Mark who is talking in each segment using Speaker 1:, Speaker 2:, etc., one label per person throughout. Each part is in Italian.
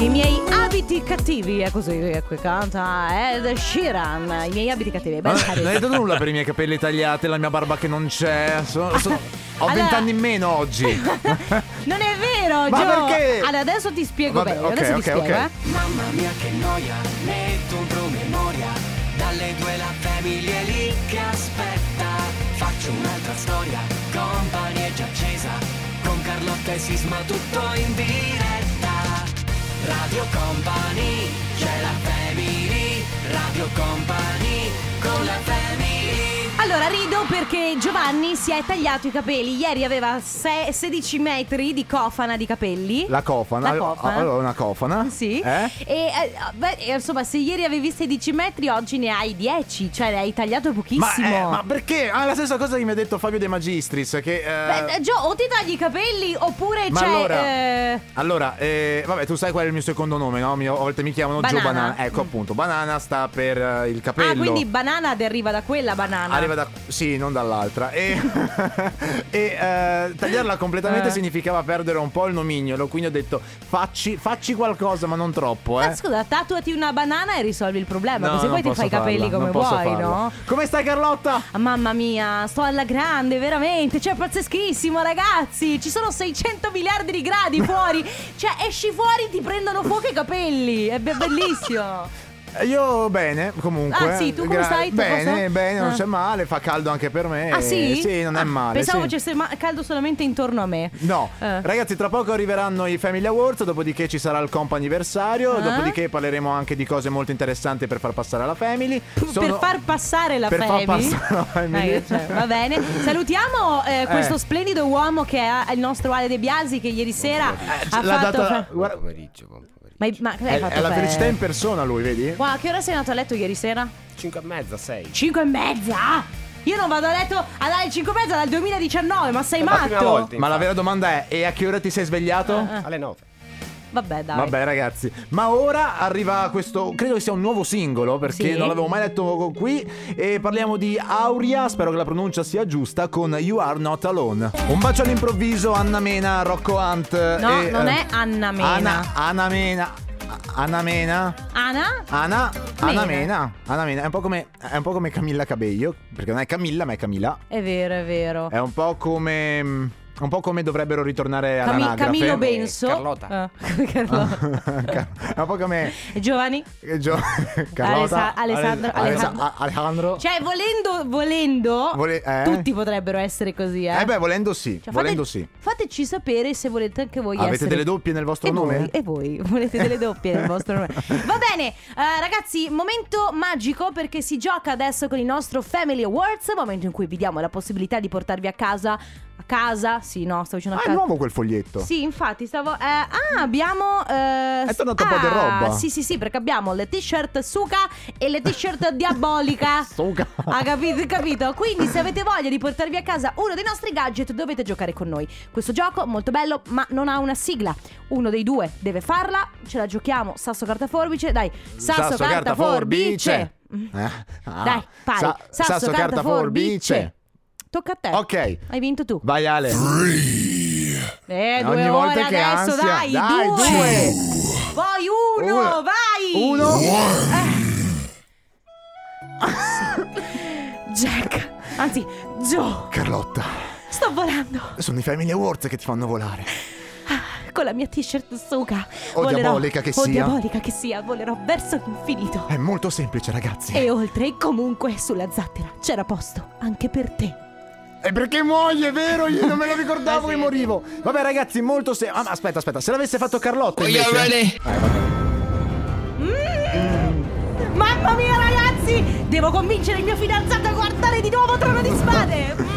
Speaker 1: I miei abiti cattivi, è così che canta Ed Sheeran. I miei abiti cattivi. Beh,
Speaker 2: Ah, non hai dato nulla per i miei capelli tagliati, la mia barba che non c'è. Sono- sono- ho
Speaker 1: Ah, Allora-
Speaker 2: vent'anni in meno oggi.
Speaker 1: non è vero,
Speaker 2: Ma
Speaker 1: Gio.
Speaker 2: perché?
Speaker 1: Allora, adesso ti spiego
Speaker 2: Vabbè,
Speaker 1: bene.
Speaker 2: ok,
Speaker 1: adesso
Speaker 2: ok,
Speaker 1: ti spiego,
Speaker 2: ok.
Speaker 1: eh.
Speaker 3: Mamma mia che noia, metto un promemoria, dalle due la famiglia è lì che aspetta. Faccio un'altra storia, company è già accesa, con Carlotta e Sisma tutto in diretta. Radio Company, c'è la family, Radio Company, con la family.
Speaker 1: Allora rido perché Giovanni si è tagliato i capelli. Ieri aveva se- 16 metri di cofana di capelli.
Speaker 2: La cofana. Ah,
Speaker 1: La cofana.
Speaker 2: Allora, una cofana.
Speaker 1: Sì.
Speaker 2: Eh?
Speaker 1: E eh, beh, e, insomma, se ieri avevi 16 metri, oggi ne hai 10. Cioè, ne hai tagliato
Speaker 2: Ma,
Speaker 1: pochissimo.
Speaker 2: eh, ma perché? Ah, la stessa cosa che mi ha detto Fabio De Magistris. Che. eh,
Speaker 1: Beh, eh, Gio, o ti tagli i capelli oppure
Speaker 2: Ma
Speaker 1: c'è.
Speaker 2: allora-
Speaker 1: eh,
Speaker 2: Allora, eh, vabbè, tu sai qual è il mio secondo nome, no? Mi- A volte mi chiamano Gio
Speaker 1: Banana.
Speaker 2: Banana. Ecco, appunto, Banana sta per eh, il capello.
Speaker 1: Ah, quindi banana deriva da quella banana.
Speaker 2: Arriva da. Sì, non dall'altra. E, e, eh, tagliarla completamente
Speaker 1: Eh.
Speaker 2: significava perdere un po' il nomignolo. Quindi ho detto: facci, facci qualcosa, ma non troppo, eh.
Speaker 1: Ma scusa, tatuati una banana e risolvi il problema.
Speaker 2: No,
Speaker 1: così
Speaker 2: non
Speaker 1: poi ti
Speaker 2: posso
Speaker 1: fai i capelli
Speaker 2: farla,
Speaker 1: come
Speaker 2: non posso
Speaker 1: vuoi,
Speaker 2: farla.
Speaker 1: no?
Speaker 2: Come stai, Carlotta?
Speaker 1: Ah, Mamma mia, sto alla grande, veramente, cioè pazzeschissimo ragazzi, ci sono 600 miliardi di gradi fuori, cioè esci fuori ti prendono fuoco i capelli, è be- bellissimo.
Speaker 2: Eh, Io bene, comunque.
Speaker 1: Ah, sì, tu come stai? Tu
Speaker 2: Bene,
Speaker 1: come stai?
Speaker 2: bene, non
Speaker 1: Ah.
Speaker 2: c'è male, fa caldo anche per me.
Speaker 1: Ah sì?
Speaker 2: Eh, Sì, non è
Speaker 1: Ah,
Speaker 2: male.
Speaker 1: Pensavo
Speaker 2: sì.
Speaker 1: facesse ma- caldo solamente intorno a me.
Speaker 2: No,
Speaker 1: Eh.
Speaker 2: ragazzi, tra poco arriveranno i Family Awards, dopodiché ci sarà il comp anniversario,
Speaker 1: Ah.
Speaker 2: dopodiché parleremo anche di cose molto interessanti per far passare alla Family.
Speaker 1: Per
Speaker 2: Sono-
Speaker 1: far passare la
Speaker 2: per far
Speaker 1: family.
Speaker 2: passare la family.
Speaker 1: Dai, cioè, va bene. Salutiamo eh, questo splendido uomo che è il nostro Ale De Biasi che ieri sera ha
Speaker 2: Eh, l'ha
Speaker 1: fatto...
Speaker 2: data- guarda,
Speaker 1: Ma, ma cosa hai
Speaker 2: è,
Speaker 1: fatto?
Speaker 2: è la
Speaker 1: per-
Speaker 2: felicità in persona lui, vedi?
Speaker 1: Wow, a che ora sei andato a letto ieri sera?
Speaker 4: 5 e mezza, 6.
Speaker 1: 5 e mezza? Io non vado a letto a dare 5 e mezza dal 2019, ma sei
Speaker 4: la prima
Speaker 1: matto?
Speaker 4: volta.
Speaker 2: Ma la vera domanda è: e a che ora ti sei svegliato?
Speaker 4: Alle 9.
Speaker 1: Vabbè, dai.
Speaker 2: Vabbè ragazzi, ma ora arriva questo, credo che sia un nuovo singolo perché
Speaker 1: Sì.
Speaker 2: non l'avevo mai letto qui e parliamo di Auria, spero che la pronuncia sia giusta, con You Are Not Alone. Un bacio all'improvviso, Anna Mena, Rocco Hunt.
Speaker 1: No,
Speaker 2: e,
Speaker 1: non
Speaker 2: eh,
Speaker 1: è Anna Mena.
Speaker 2: Ana, Ana Mena. Anna Mena.
Speaker 1: Ana?
Speaker 2: Ana,
Speaker 1: Mena.
Speaker 2: Ana Mena. Ana Mena. È un, po come, è un po' come Camilla Cabello. Perché non è Camilla, ma è Camilla.
Speaker 1: È vero, è vero.
Speaker 2: È un po' come. Un po' come dovrebbero ritornare
Speaker 1: Cami-
Speaker 2: all'anagrafe.
Speaker 1: Camillo Benso.
Speaker 4: Carlotta.
Speaker 1: Eh, Carlotta.
Speaker 2: è un po' come.
Speaker 1: E Giovanni?
Speaker 2: eh, Gio-
Speaker 1: Alessa-
Speaker 2: Carlotta,
Speaker 1: Alessandro-
Speaker 2: Ale- Alessa-
Speaker 1: Alejandro.
Speaker 2: A- Alejandro.
Speaker 1: Cioè, volendo, volendo
Speaker 2: Vole- eh?
Speaker 1: tutti potrebbero essere così, eh.
Speaker 2: Eh beh, volendo sì.
Speaker 1: Cioè, fate-
Speaker 2: volendo sì.
Speaker 1: Fateci sapere se volete anche voi
Speaker 2: Avete
Speaker 1: essere-
Speaker 2: delle doppie nel vostro
Speaker 1: e
Speaker 2: nome?
Speaker 1: Voi, e voi volete delle doppie nel vostro nome? Va bene, eh, ragazzi, momento magico perché si gioca adesso con il nostro Family Awards, momento in cui vi diamo la possibilità di portarvi a casa. A casa? Sì, no, stavo dicendo
Speaker 2: Ah,
Speaker 1: a
Speaker 2: è
Speaker 1: casa.
Speaker 2: nuovo quel foglietto.
Speaker 1: Sì, infatti, stavo. eh, ah, abbiamo. eh,
Speaker 2: È tornata un po'
Speaker 1: ah,
Speaker 2: di roba.
Speaker 1: Sì, sì, sì, perché abbiamo le t-shirt Suka e le t-shirt Diabolica.
Speaker 2: Suca.
Speaker 1: Ha capito, capito? Quindi se avete voglia di portarvi a casa uno dei nostri gadget dovete giocare con noi. Questo gioco molto bello ma non ha una sigla. Uno dei due deve farla, ce la giochiamo sasso carta forbice, dai, sasso, carta, forbice.
Speaker 2: Eh, ah.
Speaker 1: Dai, pari.
Speaker 2: Sa-
Speaker 1: sasso, carta, forbice. Tocca a te.
Speaker 2: Ok.
Speaker 1: Hai vinto tu.
Speaker 2: Vai Ale.
Speaker 1: Eh, due
Speaker 2: Ogni volta
Speaker 1: ore
Speaker 2: che
Speaker 1: adesso,
Speaker 2: ansia.
Speaker 1: dai,
Speaker 2: Dai,
Speaker 1: due. Poi uno,
Speaker 2: Uno.
Speaker 1: vai.
Speaker 2: Uno.
Speaker 1: Ah. Jack. Anzi, Joe.
Speaker 2: Carlotta,
Speaker 1: Sto volando
Speaker 2: sono i Family Awards che ti fanno volare.
Speaker 1: con la mia t-shirt suca.
Speaker 2: O
Speaker 1: Volerò-
Speaker 2: diabolica che
Speaker 1: O
Speaker 2: sia.
Speaker 1: diabolica che sia, volerò verso l'infinito.
Speaker 2: È molto semplice, ragazzi.
Speaker 1: E oltre, comunque, sulla zattera c'era posto anche per te.
Speaker 2: È perché muoio, è vero? Io non me lo ricordavo
Speaker 1: Eh sì,
Speaker 2: che
Speaker 1: eh
Speaker 2: morivo. Vabbè, ragazzi, molto se. Ah, ma aspetta, aspetta, se l'avesse fatto Carlotta invece.
Speaker 1: Mamma mia, ragazzi! Devo convincere il mio fidanzato a guardare di nuovo Trono di Spade! Mhm.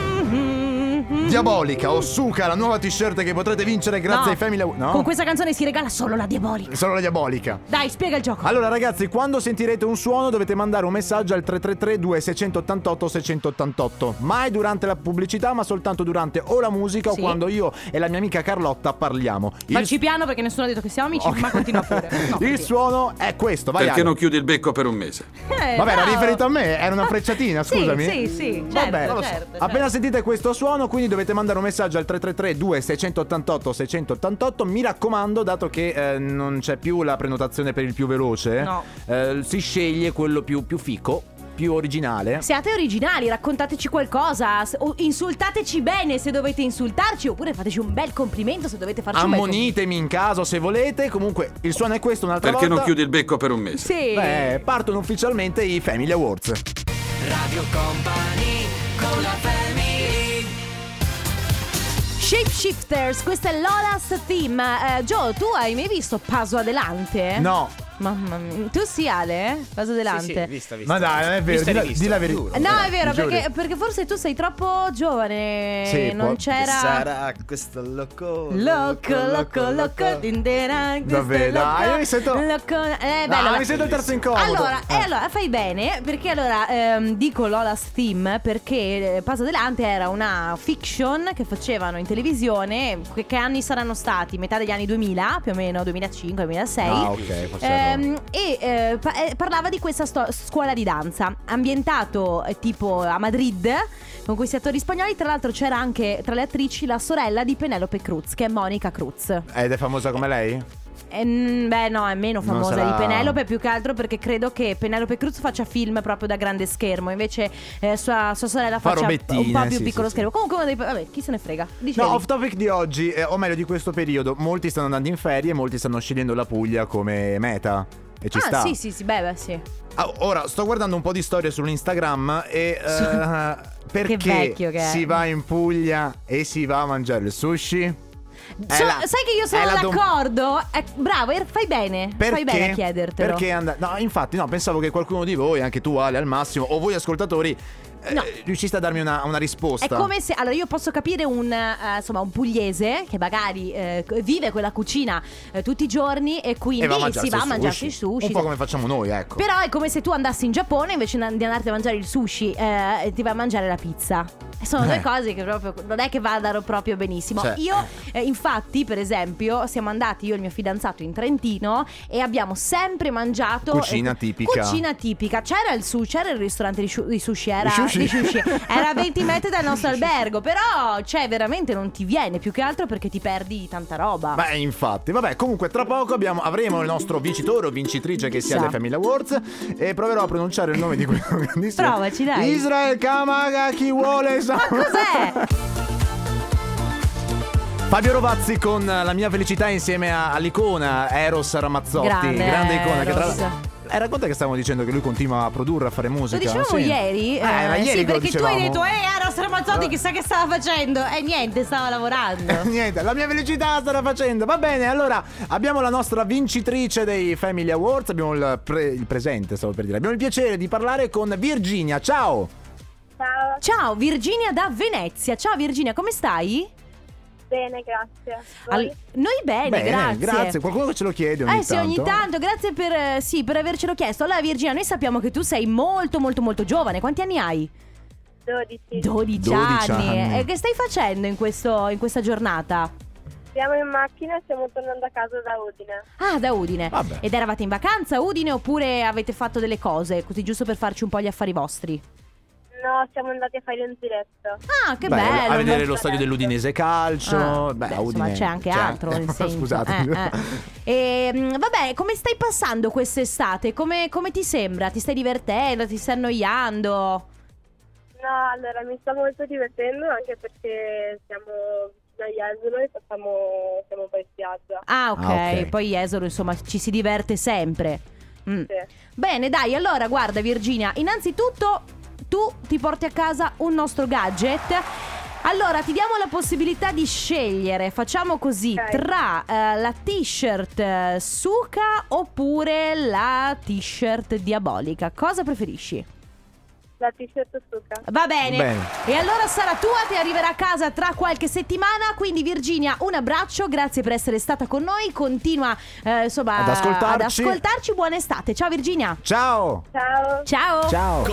Speaker 2: Diabolica o Suca, la nuova t-shirt che potrete vincere grazie
Speaker 1: No.
Speaker 2: ai Family Awards. No,
Speaker 1: Con questa canzone si regala solo la diabolica.
Speaker 2: solo la diabolica.
Speaker 1: Dai, spiega il gioco.
Speaker 2: Allora ragazzi, quando sentirete un suono dovete mandare un messaggio al 333-2688-688. Mai durante la pubblicità, ma soltanto durante o la musica
Speaker 1: Sì.
Speaker 2: o quando io e la mia amica Carlotta parliamo. Il-
Speaker 1: Facci piano perché nessuno ha detto che siamo amici,
Speaker 2: Ok.
Speaker 1: ma continua pure. No,
Speaker 2: Il
Speaker 1: così.
Speaker 2: suono è questo, vai
Speaker 5: Perché
Speaker 2: Ale.
Speaker 5: non chiudi il becco per un mese?
Speaker 1: Eh,
Speaker 2: Vabbè, era
Speaker 1: bravo.
Speaker 2: riferito a me, era una
Speaker 1: Ah,
Speaker 2: frecciatina,
Speaker 1: sì,
Speaker 2: scusami.
Speaker 1: Sì, sì, certo,
Speaker 2: Vabbè,
Speaker 1: certo,
Speaker 2: appena sentite questo suono, quindi dovete mandare un messaggio al 333 2688 688 Mi raccomando, dato che eh, non c'è più la prenotazione per il più veloce,
Speaker 1: No.
Speaker 2: eh, si sceglie quello più, più fico, più originale.
Speaker 1: Siate originali, raccontateci qualcosa, s- o insultateci bene se dovete insultarci, oppure fateci un bel complimento se dovete farci un bel
Speaker 2: Ammonitemi in caso se volete. Comunque, il suono è questo un'altra
Speaker 4: Perché non
Speaker 2: volta.
Speaker 4: chiudi il becco per un mese?
Speaker 1: complimento. Sì.
Speaker 2: Beh, partono ufficialmente i Family Awards.
Speaker 3: Radio Company con la family
Speaker 1: Shapeshifters, questa è Lola's Theme. Eh, Gio, tu hai mai visto Paso Adelante?
Speaker 2: No,
Speaker 1: Mamma mia. Tu sì, Ale? Paso Adelante.
Speaker 5: Sì, sì, vista, vista.
Speaker 2: ma dai, non è vero.
Speaker 5: Vista
Speaker 2: Di
Speaker 5: e
Speaker 2: la,
Speaker 5: rivista.
Speaker 2: di la verità.
Speaker 1: No, è vero,
Speaker 2: Mi giuri.
Speaker 1: perché, perché forse tu sei troppo giovane.
Speaker 2: Sì,
Speaker 1: non
Speaker 2: può-
Speaker 1: c'era.
Speaker 5: Sarà questo loco.
Speaker 1: Loco, loco, loco, dindera, questo
Speaker 2: Vabbè,
Speaker 1: loco,
Speaker 2: dai, io mi sento-
Speaker 1: loco- eh,
Speaker 2: Ah,
Speaker 1: bello, va-
Speaker 2: mi sento il terzo incomodo.
Speaker 1: Allora,
Speaker 2: Eh.
Speaker 1: eh, allora, fai bene, perché allora ehm, dico Lola's Team perché eh, Paso Delante era una fiction che facevano in televisione, che, che anni saranno stati? Metà degli anni 2000, più o meno 2005-2006.
Speaker 2: Ah, ok, forse no.
Speaker 1: Ehm, e eh, pa- eh, parlava di questa sto- scuola di danza ambientato eh, tipo a Madrid con questi attori spagnoli. Tra l'altro c'era anche tra le attrici la sorella di Penelope Cruz, che è Monica Cruz.
Speaker 2: Ed è famosa come lei?
Speaker 1: E, mm, beh, no, è meno
Speaker 2: Non
Speaker 1: famosa
Speaker 2: sarà-
Speaker 1: di Penelope, più che altro perché credo che Penelope Cruz faccia film proprio da grande schermo, invece eh, sua, sua sorella
Speaker 2: Fa
Speaker 1: faccia un po'
Speaker 2: robettine,
Speaker 1: più
Speaker 2: sì,
Speaker 1: piccolo
Speaker 2: sì,
Speaker 1: schermo. Comunque, uno dei... vabbè, chi se ne frega. Dicevi.
Speaker 2: No, off topic di oggi, eh, o meglio di questo periodo, molti stanno andando in ferie e molti stanno scegliendo la Puglia come meta. E ci
Speaker 1: ah,
Speaker 2: sta.
Speaker 1: sì, sì, sì, beh, beh, sì.
Speaker 2: Ah, ora, sto guardando un po' di storie sull'Instagram e... eh, perché
Speaker 1: vecchio che è.
Speaker 2: si va in Puglia e si va a mangiare il sushi? È
Speaker 1: So-
Speaker 2: la-
Speaker 1: Cioè, sai che io sono
Speaker 2: è la dom-
Speaker 1: d'accordo? Eh, bravo, er- fai bene.
Speaker 2: Perché?
Speaker 1: Fai bene a chiedertelo.
Speaker 2: Perché and- no, infatti, no, pensavo che qualcuno di voi, anche tu Ale al massimo, o voi ascoltatori, eh,
Speaker 1: No.
Speaker 2: riusciste a darmi una, una risposta.
Speaker 1: È come se, allora io posso capire un, eh, insomma, un pugliese che magari eh, vive quella cucina eh, tutti i giorni e quindi
Speaker 2: E va a
Speaker 1: si
Speaker 2: mangiarsi
Speaker 1: va a
Speaker 2: il
Speaker 1: mangiarsi il sushi.
Speaker 2: Un po' come facciamo noi, ecco.
Speaker 1: Però è come se tu andassi in Giappone invece na- di andarti a mangiare il sushi eh, ti vai a mangiare la pizza. E Sono
Speaker 2: Eh.
Speaker 1: due cose che proprio non è che vadano proprio benissimo.
Speaker 2: Cioè.
Speaker 1: Io, eh, infatti, per esempio, siamo andati io e il mio fidanzato in Trentino e abbiamo sempre mangiato
Speaker 2: Cucina
Speaker 1: eh,
Speaker 2: tipica.
Speaker 1: Cucina tipica. C'era il sushi, c'era il ristorante di, shu- di sushi, era
Speaker 2: Di sushi?
Speaker 1: di sushi. Era a 20 metri dal nostro albergo, però cioè veramente non ti viene, più che altro perché ti perdi tanta roba.
Speaker 2: Beh, infatti, vabbè, comunque tra poco abbiamo- avremo il nostro vincitore o vincitrice che sia
Speaker 1: Chissà.
Speaker 2: alle Family Awards e proverò a pronunciare il nome di quello grandissimo.
Speaker 1: Provaci, dai.
Speaker 2: Israel Kamaga, chi vuole sa.
Speaker 1: Ma cos'è?
Speaker 2: Fabio Rovazzi con la mia felicità insieme a- all'icona Eros Ramazzotti,
Speaker 1: Grande
Speaker 2: icona che tra
Speaker 1: Eros.
Speaker 2: eh, racconta che stavamo dicendo che lui continua a produrre, a fare musica.
Speaker 1: Lo dicevamo
Speaker 2: sì.
Speaker 1: ieri?
Speaker 2: Eh, era
Speaker 1: eh,
Speaker 2: ieri
Speaker 1: sì,
Speaker 2: che lo
Speaker 1: perché tu hai detto,
Speaker 2: dicevamo.
Speaker 1: eh, era Stramazzotti, chissà che stava facendo. E niente, stava lavorando.
Speaker 2: Niente, la mia felicità starà facendo. Va bene, allora abbiamo la nostra vincitrice dei Family Awards. Abbiamo il, pre- il presente, stavo per dire. Abbiamo il piacere di parlare con Virginia. Ciao!
Speaker 6: Ciao,
Speaker 1: Ciao, Virginia da Venezia. Ciao, Virginia, come stai?
Speaker 6: bene, grazie. Voi?
Speaker 1: Al- noi bene, Eh, grazie.
Speaker 2: Qualcuno che ce lo chiede ogni
Speaker 1: Eh sì, ogni tanto, grazie per, eh, sì, per avercelo chiesto. Allora, Virginia, noi sappiamo che tu sei molto, molto, molto giovane. Quanti anni hai?
Speaker 6: 12.
Speaker 1: 12,
Speaker 2: 12
Speaker 1: anni.
Speaker 2: anni.
Speaker 1: E che stai facendo in, questo- in questa giornata?
Speaker 6: Siamo in macchina e stiamo tornando a casa da Udine.
Speaker 1: Ah, da Udine.
Speaker 2: Vabbè.
Speaker 1: Ed eravate in vacanza a Udine oppure avete fatto delle cose, così giusto per farci un po' gli affari vostri?
Speaker 6: No, siamo andati a fare un giretto.
Speaker 1: Ah, che
Speaker 2: Beh,
Speaker 1: bello.
Speaker 2: A vedere
Speaker 1: ma-
Speaker 2: lo stadio dell'Udinese Calcio.
Speaker 1: Ah,
Speaker 2: beh,
Speaker 1: beh,
Speaker 2: Udine,
Speaker 1: insomma, c'è anche altro. nel senso.
Speaker 2: Scusate.
Speaker 1: Eh, eh. E, mm, vabbè, come stai passando quest'estate? Come, come ti sembra? Ti stai divertendo? Ti stai annoiando?
Speaker 6: No, allora mi sto molto divertendo anche perché siamo vicino agli Asolo e facciamo, siamo poi in spiaggia.
Speaker 1: Ah, ok.
Speaker 2: Ah, ok.
Speaker 1: Poi Esolo, insomma, ci si diverte sempre. Mm.
Speaker 6: Sì.
Speaker 1: Bene, dai, allora guarda Virginia, innanzitutto tu ti porti a casa un nostro gadget. Allora, ti diamo la possibilità di scegliere, facciamo così,
Speaker 6: Ok.
Speaker 1: tra eh, la t-shirt eh, Suka oppure la t-shirt Diabolica. Cosa preferisci?
Speaker 6: La t-shirt suca.
Speaker 1: Va bene.
Speaker 2: Bene.
Speaker 1: E allora sarà tua, ti arriverà a casa tra qualche settimana. Quindi, Virginia, un abbraccio, grazie per essere stata con noi. Continua eh, insomma,
Speaker 2: Ad ascoltarci.
Speaker 1: ad ascoltarci. Buona estate. Ciao, Virginia.
Speaker 2: Ciao!
Speaker 6: Ciao.
Speaker 1: Ciao.
Speaker 2: Ciao!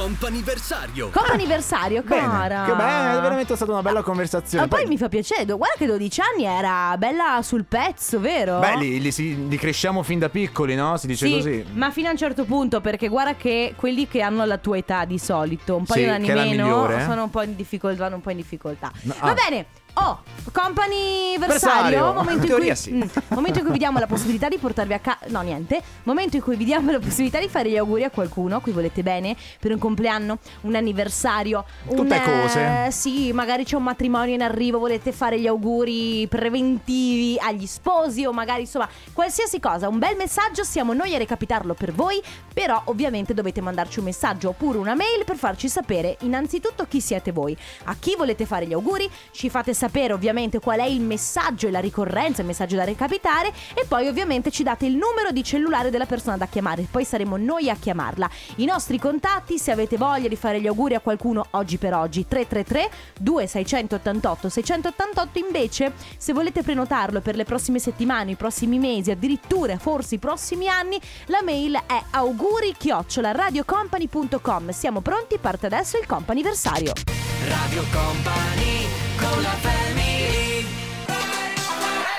Speaker 3: Comp'anniversario
Speaker 1: Come anniversario, cara.
Speaker 2: Ah. Bene, che bello, è veramente stata una bella conversazione.
Speaker 1: Ma poi mi fa piacere, guarda che 12 anni era bella sul pezzo, vero?
Speaker 2: Beh, li, li si- li cresciamo fin da piccoli, no? Si dice
Speaker 1: Sì,
Speaker 2: così.
Speaker 1: ma fino a un certo punto, perché guarda che quelli che hanno la tua età di scritto un paio
Speaker 2: Sì,
Speaker 1: di d'anni
Speaker 2: che è la
Speaker 1: meno.
Speaker 2: migliore, eh.
Speaker 1: Sono un po' in difficoltà, vanno un po' in difficoltà.
Speaker 2: No,
Speaker 1: Va
Speaker 2: ah.
Speaker 1: bene. Oh, company versario,
Speaker 2: Versario.
Speaker 1: momento, in
Speaker 5: In teoria
Speaker 1: cui,
Speaker 5: sì.
Speaker 1: mm, momento in cui vi diamo la possibilità di portarvi a casa. No, niente. Momento in cui vi diamo la possibilità di fare gli auguri a qualcuno a cui volete bene per un compleanno, un anniversario.
Speaker 2: Tutte
Speaker 1: un,
Speaker 2: cose.
Speaker 1: eh, sì, magari c'è un matrimonio in arrivo, volete fare gli auguri preventivi agli sposi o magari insomma qualsiasi cosa. Un bel messaggio, siamo noi a recapitarlo per voi. Però ovviamente dovete mandarci un messaggio oppure una mail per farci sapere innanzitutto chi siete voi, a chi volete fare gli auguri, ci fate sapere ovviamente qual è il messaggio e la ricorrenza, il messaggio da recapitare e poi ovviamente ci date il numero di cellulare della persona da chiamare, poi saremo noi a chiamarla. I nostri contatti, se avete voglia di fare gli auguri a qualcuno oggi per oggi, 333 2688 688 invece se volete prenotarlo per le prossime settimane, i prossimi mesi, addirittura forse i prossimi anni, la mail è auguri-radiocompany.com. Siamo pronti, parte adesso il companiversario.
Speaker 3: Radio Company con la family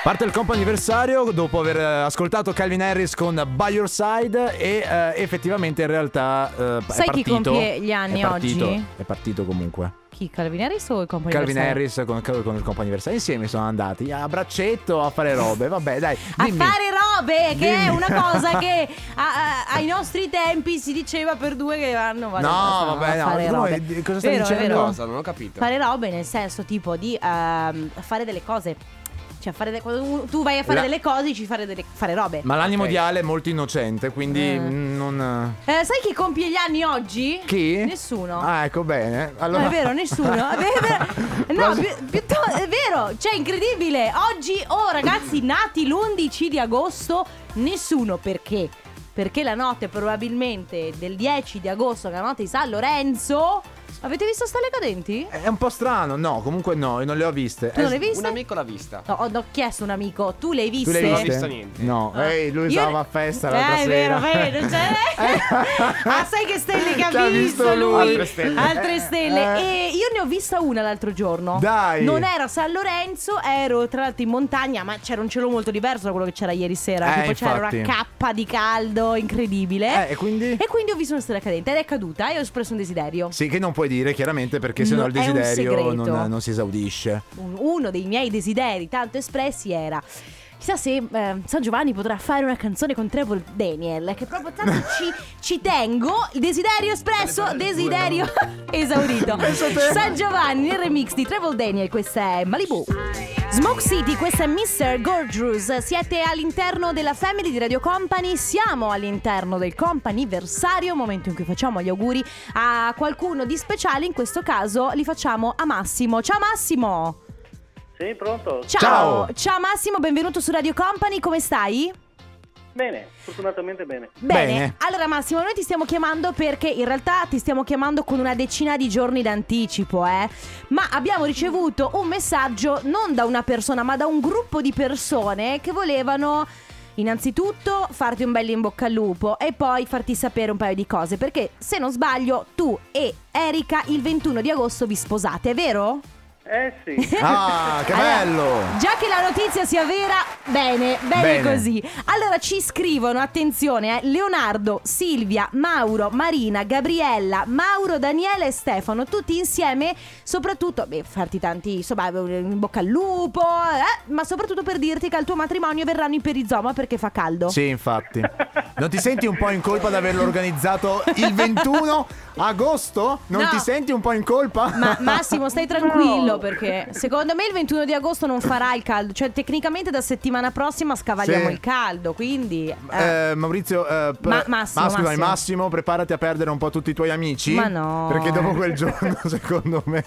Speaker 2: Parte il comp anniversario dopo aver eh, ascoltato Calvin Harris con By Your Side e eh, effettivamente in realtà eh, è
Speaker 1: Sai chi
Speaker 2: partito-
Speaker 1: compie gli anni
Speaker 2: è partito-
Speaker 1: oggi?
Speaker 2: È partito comunque.
Speaker 1: Chi Calvin Harris o il companiversario?
Speaker 2: Calvin Harris con, con il comp anniversario insieme sono andati a braccetto a fare robe, vabbè, dai,
Speaker 1: A
Speaker 2: dimmi.
Speaker 1: fare robe, che è
Speaker 2: Dimmi.
Speaker 1: una cosa che a- a- ai nostri tempi si diceva per due che vanno vanno- vanno
Speaker 2: vabbè,
Speaker 1: a
Speaker 2: no,
Speaker 1: fare
Speaker 2: come-
Speaker 1: robe.
Speaker 2: di- cosa stai
Speaker 1: Vero,
Speaker 2: dicendo?
Speaker 1: vero.
Speaker 5: Cosa? Non ho capito.
Speaker 1: Fare robe nel senso tipo di ehm, fare delle cose. Cioè, fare de- quando uno- tu vai a fare
Speaker 2: La-
Speaker 1: delle cose, ci fare, delle- fare robe.
Speaker 2: Ma l'animo
Speaker 5: Ok.
Speaker 2: di Ale è molto innocente, quindi
Speaker 1: Eh.
Speaker 2: mm, non...
Speaker 1: Eh, sai chi compie gli anni oggi?
Speaker 2: Chi?
Speaker 1: Nessuno.
Speaker 2: Ah, ecco bene. Allora...
Speaker 1: No, è vero, nessuno. È vero. No,
Speaker 2: Cosa-
Speaker 1: pi- piuttosto- è vero, cioè incredibile. Oggi, oh ragazzi, nati l'11 di agosto, nessuno perché? Perché la notte probabilmente del 10 di agosto, che è la notte di San Lorenzo, avete visto Stelle Cadenti?
Speaker 2: È un po' strano, no, comunque no, io non le ho viste.
Speaker 1: Tu non le hai
Speaker 5: Un
Speaker 1: viste?
Speaker 5: amico l'ha vista.
Speaker 1: No, ho, ho chiesto a un amico, tu le hai
Speaker 2: Tu
Speaker 1: viste?
Speaker 2: le hai
Speaker 5: Non ho
Speaker 2: viste?
Speaker 5: visto niente.
Speaker 2: No,
Speaker 1: Ah.
Speaker 2: ehi, lui
Speaker 1: Io-
Speaker 2: stava a festa
Speaker 1: Eh,
Speaker 2: l'altra
Speaker 1: è
Speaker 2: sera. Eh.
Speaker 1: vero, è vero, cioè- Ah, sai che stelle che ha visto, lui?
Speaker 5: Altre stelle.
Speaker 1: Altre stelle.
Speaker 2: Eh.
Speaker 1: E io ne ho vista una l'altro giorno.
Speaker 2: Dai.
Speaker 1: Non era San Lorenzo, ero tra l'altro in montagna, ma c'era un cielo molto diverso da quello che c'era ieri sera.
Speaker 2: Eh,
Speaker 1: tipo c'era
Speaker 2: infatti.
Speaker 1: una cappa di caldo incredibile.
Speaker 2: Eh, e quindi?
Speaker 1: E quindi ho visto una stella cadente ed è caduta e ho espresso un desiderio.
Speaker 2: Sì, che non puoi dire chiaramente perché
Speaker 1: No,
Speaker 2: sennò il
Speaker 1: è un segreto.
Speaker 2: desiderio non, non si esaudisce.
Speaker 1: Un- Uno dei miei desideri tanto espressi era. Chissà se eh, San Giovanni potrà fare una canzone con Trevor Daniel, che proprio tanto ci, ci tengo. Il desiderio espresso, desiderio esaurito. San Giovanni nel remix di Trevor Daniel, questa è Malibu. Smoke City, questa è Mr. Gorgeous. Siete all'interno della family di Radio Company, siamo all'interno del companiversario, momento in cui facciamo gli auguri a qualcuno di speciale, in questo caso li facciamo a Massimo. Ciao Massimo!
Speaker 4: Sì, pronto?
Speaker 1: Ciao.
Speaker 2: Ciao.
Speaker 1: Ciao Massimo, benvenuto su Radio Company, come stai?
Speaker 4: Bene, fortunatamente bene.
Speaker 1: Bene.
Speaker 2: Bene.
Speaker 1: allora Massimo, noi ti stiamo chiamando perché in realtà ti stiamo chiamando con una decina di giorni d'anticipo, eh. Ma abbiamo ricevuto un messaggio non da una persona, ma da un gruppo di persone che volevano innanzitutto farti un bel in bocca al lupo e poi farti sapere un paio di cose, perché se non sbaglio tu e Erika il 21 di agosto vi sposate, è vero?
Speaker 4: Eh sì,
Speaker 2: Ah, che
Speaker 1: Allora,
Speaker 2: bello!
Speaker 1: Già che la notizia sia vera, bene, bene,
Speaker 2: Bene.
Speaker 1: così. Allora ci scrivono, attenzione, eh, Leonardo, Silvia, Mauro, Marina, Gabriella, Mauro, Daniele e Stefano, tutti insieme, soprattutto, beh, farti tanti, insomma, eh, in bocca al lupo, eh, ma soprattutto per dirti che al tuo matrimonio verranno in perizoma perché fa caldo.
Speaker 2: Sì, infatti. Non ti senti un po' in colpa di averlo organizzato il 21 agosto? Non
Speaker 1: No.
Speaker 2: ti senti un po' in colpa?
Speaker 1: Ma Massimo, stai tranquillo
Speaker 4: No.
Speaker 1: perché secondo me il 21 di agosto non farà il caldo, cioè tecnicamente da settimana prossima scavagliamo
Speaker 2: Sì.
Speaker 1: il caldo, quindi... eh.
Speaker 2: Eh, Maurizio, eh, p-
Speaker 1: Ma- Massimo,
Speaker 2: scusami,
Speaker 1: Massimo.
Speaker 2: Massimo, preparati a perdere un po' tutti i tuoi amici.
Speaker 1: Ma no.
Speaker 2: Perché dopo quel giorno, secondo me.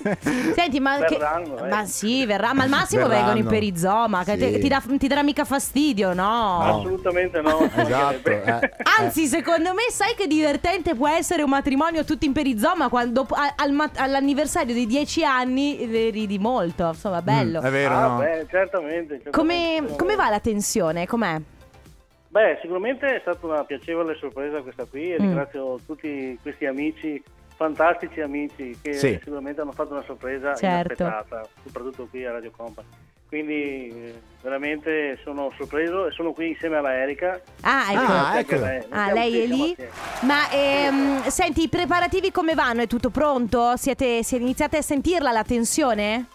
Speaker 1: Senti, ma, che-
Speaker 4: Verranno, eh.
Speaker 1: ma sì, verrà, ma al massimo
Speaker 2: Verranno.
Speaker 1: vengono in perizoma, che
Speaker 2: Sì.
Speaker 1: te- ti, dà- ti darà mica fastidio, no?
Speaker 4: assolutamente no.
Speaker 2: Esatto. eh.
Speaker 1: Anzi, secondo me, sai che divertente può essere un matrimonio tutti in perizoma quando dopo- a- al mat- all'anniversario dei 10 anni eh, ridi molto, insomma, bello.
Speaker 2: Mm, è vero,
Speaker 4: Ah,
Speaker 2: no?
Speaker 4: beh, certamente. certamente.
Speaker 1: come, come va la tensione? Com'è?
Speaker 4: Beh, sicuramente è stata una piacevole sorpresa questa qui
Speaker 1: Mm.
Speaker 4: e ringrazio tutti questi amici, fantastici amici che
Speaker 2: Sì.
Speaker 4: sicuramente hanno fatto una sorpresa
Speaker 1: Certo.
Speaker 4: inaspettata, soprattutto qui a Radio Company. Quindi eh, veramente sono sorpreso e sono qui insieme alla Erika.
Speaker 1: Ah, ecco.
Speaker 2: Ah,
Speaker 4: Grazie anche a
Speaker 2: eccola.
Speaker 4: lei. Noi
Speaker 1: Ah,
Speaker 4: Eh, siamo
Speaker 1: lei
Speaker 4: qui,
Speaker 1: è
Speaker 4: siamo
Speaker 1: lì?
Speaker 4: assieme.
Speaker 1: Ma ehm, senti, i preparativi come vanno? È tutto pronto? Siete, siete iniziate a sentirla la tensione?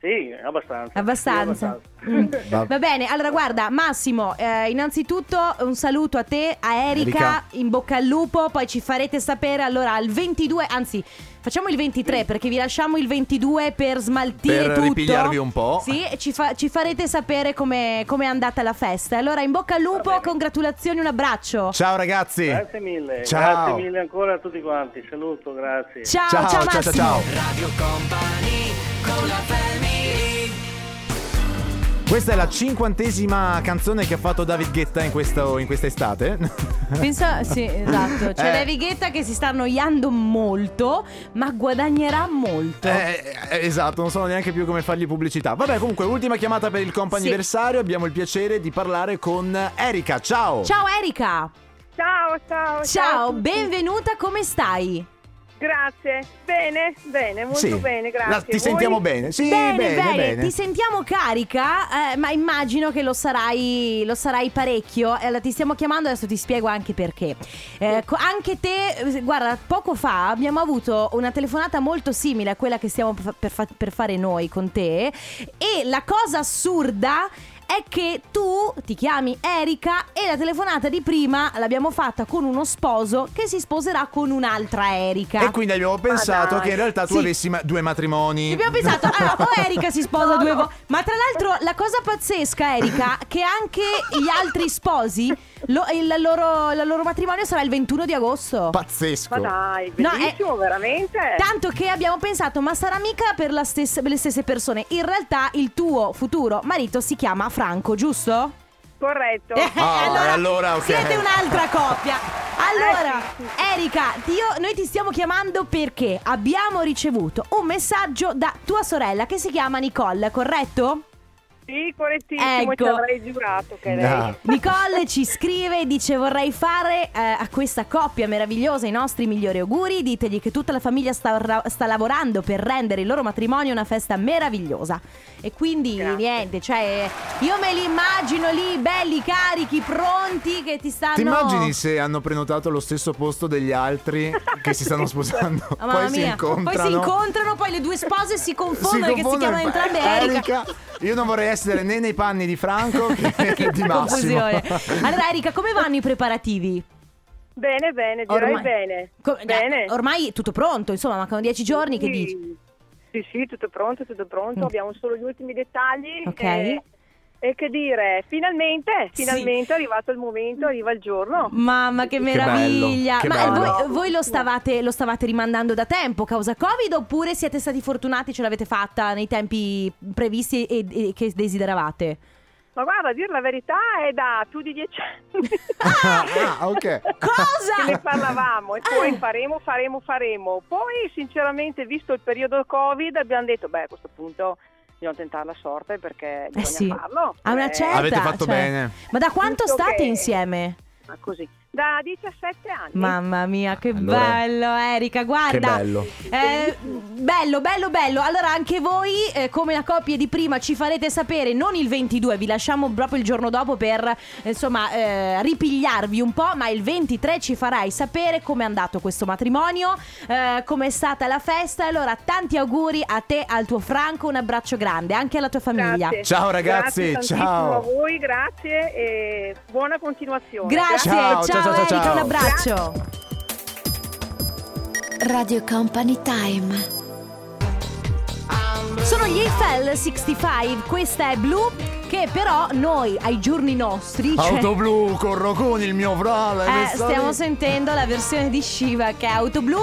Speaker 4: Sì, abbastanza.
Speaker 1: Abbastanza.
Speaker 4: Sì,
Speaker 1: Mm.
Speaker 4: abbastanza.
Speaker 1: Va bene, allora guarda, Massimo, eh, innanzitutto un saluto a te, a Erika,
Speaker 2: Erika.
Speaker 1: in bocca al lupo, poi ci farete sapere allora al 22, anzi facciamo il 23 perché vi lasciamo il 22 per smaltire
Speaker 2: Per
Speaker 1: tutto.
Speaker 2: ripigliarvi un po'.
Speaker 1: Sì, e ci, fa- ci farete sapere come come è andata la festa. Allora in bocca al lupo,
Speaker 4: bene.
Speaker 1: congratulazioni, un abbraccio.
Speaker 2: Ciao ragazzi.
Speaker 4: Grazie mille.
Speaker 2: Ciao.
Speaker 4: Grazie mille ancora a tutti quanti. Saluto, grazie.
Speaker 1: Ciao, ciao,
Speaker 2: Ciao, ciao, ciao,
Speaker 1: Massimo.
Speaker 2: ciao.
Speaker 3: Radio Company con la family
Speaker 2: Questa è la cinquantesima canzone che ha fatto David Guetta in, questo, in questa estate.
Speaker 1: Pensa, sì, esatto. C'è
Speaker 2: Eh.
Speaker 1: David Guetta che si sta annoiando molto, ma guadagnerà molto.
Speaker 2: Eh, eh, esatto, non so neanche più come fargli pubblicità. Vabbè, comunque, ultima chiamata per il comp'anniversario. Abbiamo il piacere di parlare con Erika. Ciao.
Speaker 1: Ciao Erika!
Speaker 6: Ciao, ciao.
Speaker 1: Ciao,
Speaker 6: ciao a tutti.
Speaker 1: benvenuta, come stai?
Speaker 6: Grazie. Bene, bene, molto
Speaker 2: Sì.
Speaker 6: bene, grazie.
Speaker 2: La- ti
Speaker 6: Voi?
Speaker 2: sentiamo bene? Sì, bene, bene.
Speaker 1: Ti sentiamo carica, eh, ma immagino che lo sarai, lo sarai parecchio. Eh, Allora, ti stiamo chiamando, adesso ti spiego anche perché. Eh, co- anche te, eh, guarda, poco fa abbiamo avuto una telefonata molto simile a quella che stiamo fa- per, fa- per fare noi con te. E la cosa assurda è che tu ti chiami Erika e la telefonata di prima l'abbiamo fatta con uno sposo che si sposerà con un'altra Erika.
Speaker 2: E quindi abbiamo pensato
Speaker 6: dai.
Speaker 2: che in realtà tu
Speaker 1: Sì.
Speaker 2: avessi ma- due matrimoni.
Speaker 1: Ci abbiamo pensato, allora, o Erika si sposa
Speaker 6: No,
Speaker 1: due
Speaker 6: no.
Speaker 1: volte. Ma tra l'altro, la cosa pazzesca, Erika, che anche gli altri sposi, lo- il loro, il loro matrimonio sarà il 21 di agosto.
Speaker 2: Pazzesco.
Speaker 6: Ma dai,
Speaker 1: No, eh, è-
Speaker 6: bellissimo, veramente.
Speaker 2: eh.
Speaker 1: Tanto che abbiamo pensato, ma sarà mica per, la stessa- per le stesse persone. In realtà, il tuo futuro marito si chiama Franco,
Speaker 6: Oh.
Speaker 1: giusto?
Speaker 6: Corretto.
Speaker 1: Eh,
Speaker 2: Ah, allora, ok.
Speaker 1: siete un'altra coppia. Allora,
Speaker 6: Eh, sì,
Speaker 1: Erika, io- noi ti stiamo chiamando perché abbiamo ricevuto un messaggio da tua sorella che si chiama Nicole, corretto?
Speaker 6: Sì, correttissimo,
Speaker 1: Ecco.
Speaker 6: ci avrei giurato che lei.
Speaker 2: Ah.
Speaker 1: Nicole ci scrive e dice vorrei fare eh, a questa coppia meravigliosa i nostri migliori auguri, ditegli che tutta la famiglia sta, ra- sta lavorando per rendere il loro matrimonio una festa meravigliosa. E quindi
Speaker 6: Grazie.
Speaker 1: niente, cioè io me li immagino lì belli carichi, pronti che ti stanno...
Speaker 2: Ti immagini se hanno prenotato lo stesso posto degli altri che si stanno sposando?
Speaker 1: Ah,
Speaker 2: poi
Speaker 1: mamma
Speaker 2: si
Speaker 1: mia.
Speaker 2: incontrano.
Speaker 1: Poi si incontrano, poi le due spose si confondono perché si
Speaker 2: confondono
Speaker 1: chiamano
Speaker 2: e fa-
Speaker 1: entrambe Erika.
Speaker 2: Io non vorrei essere né nei panni di Franco
Speaker 1: Che
Speaker 2: che di Massimo.
Speaker 1: confusione. Allora Erika, come vanno i preparativi?
Speaker 6: Bene, bene, direi
Speaker 1: Ormai-
Speaker 6: bene.
Speaker 1: Co-
Speaker 6: bene.
Speaker 1: eh, Ormai è tutto pronto, insomma, mancano dieci giorni che
Speaker 6: Sì.
Speaker 1: dici.
Speaker 6: Sì, sì, tutto pronto, tutto pronto.
Speaker 1: Mm.
Speaker 6: Abbiamo solo gli ultimi dettagli.
Speaker 1: Ok.
Speaker 6: E, e che dire, finalmente,
Speaker 1: Sì. Mm.
Speaker 6: finalmente è arrivato il momento, arriva il giorno.
Speaker 1: Mamma che meraviglia!
Speaker 2: bello, che
Speaker 1: Ma eh,
Speaker 2: bello.
Speaker 1: voi, voi lo, stavate, lo stavate rimandando da tempo causa Covid oppure siete stati fortunati, ce l'avete fatta nei tempi previsti e, e che desideravate?
Speaker 6: Ma guarda, a dire la verità è da più di dieci anni.
Speaker 2: Ah, ah, ok.
Speaker 1: Cosa?
Speaker 6: Che ne parlavamo e poi
Speaker 1: Ah.
Speaker 6: faremo, faremo, faremo. Poi sinceramente visto il periodo Covid abbiamo detto, beh a questo punto bisogna tentare la sorte perché bisogna
Speaker 1: Eh sì.
Speaker 6: farlo.
Speaker 1: A una
Speaker 6: Eh,
Speaker 1: certa.
Speaker 2: Avete fatto
Speaker 1: cioè.
Speaker 2: bene.
Speaker 1: Ma da quanto
Speaker 6: Giusto
Speaker 1: state
Speaker 6: che-
Speaker 1: insieme?
Speaker 6: ma così. Da 17 anni.
Speaker 1: Mamma mia, che
Speaker 2: Allora-
Speaker 1: bello, Erika,
Speaker 2: Che
Speaker 1: guarda.
Speaker 2: bello.
Speaker 1: Eh, bello, bello, bello. Allora anche voi, eh, come la coppia di prima, ci farete sapere non il 22, vi lasciamo proprio il giorno dopo per eh, insomma eh, ripigliarvi un po', ma il 23 ci farai sapere com'è andato questo matrimonio, eh, com'è stata la festa. Allora tanti auguri a te, al tuo Franco, un abbraccio grande, anche alla tua famiglia.
Speaker 6: Grazie.
Speaker 2: Ciao, ragazzi,
Speaker 6: Grazie tantissimo
Speaker 2: ciao.
Speaker 6: a voi, grazie e buona continuazione.
Speaker 1: Grazie, ciao,
Speaker 2: Ciao, ciao, ciao,
Speaker 1: Erika,
Speaker 2: ciao.
Speaker 1: un abbraccio.
Speaker 7: Radio Company Time.
Speaker 1: Sono gli Eiffel 65, questa è blu che però noi ai giorni nostri cioè,
Speaker 2: Auto blu, corro con il mio frale.
Speaker 1: eh,
Speaker 2: questa-
Speaker 1: stiamo sentendo la versione di Shiva che è auto blu.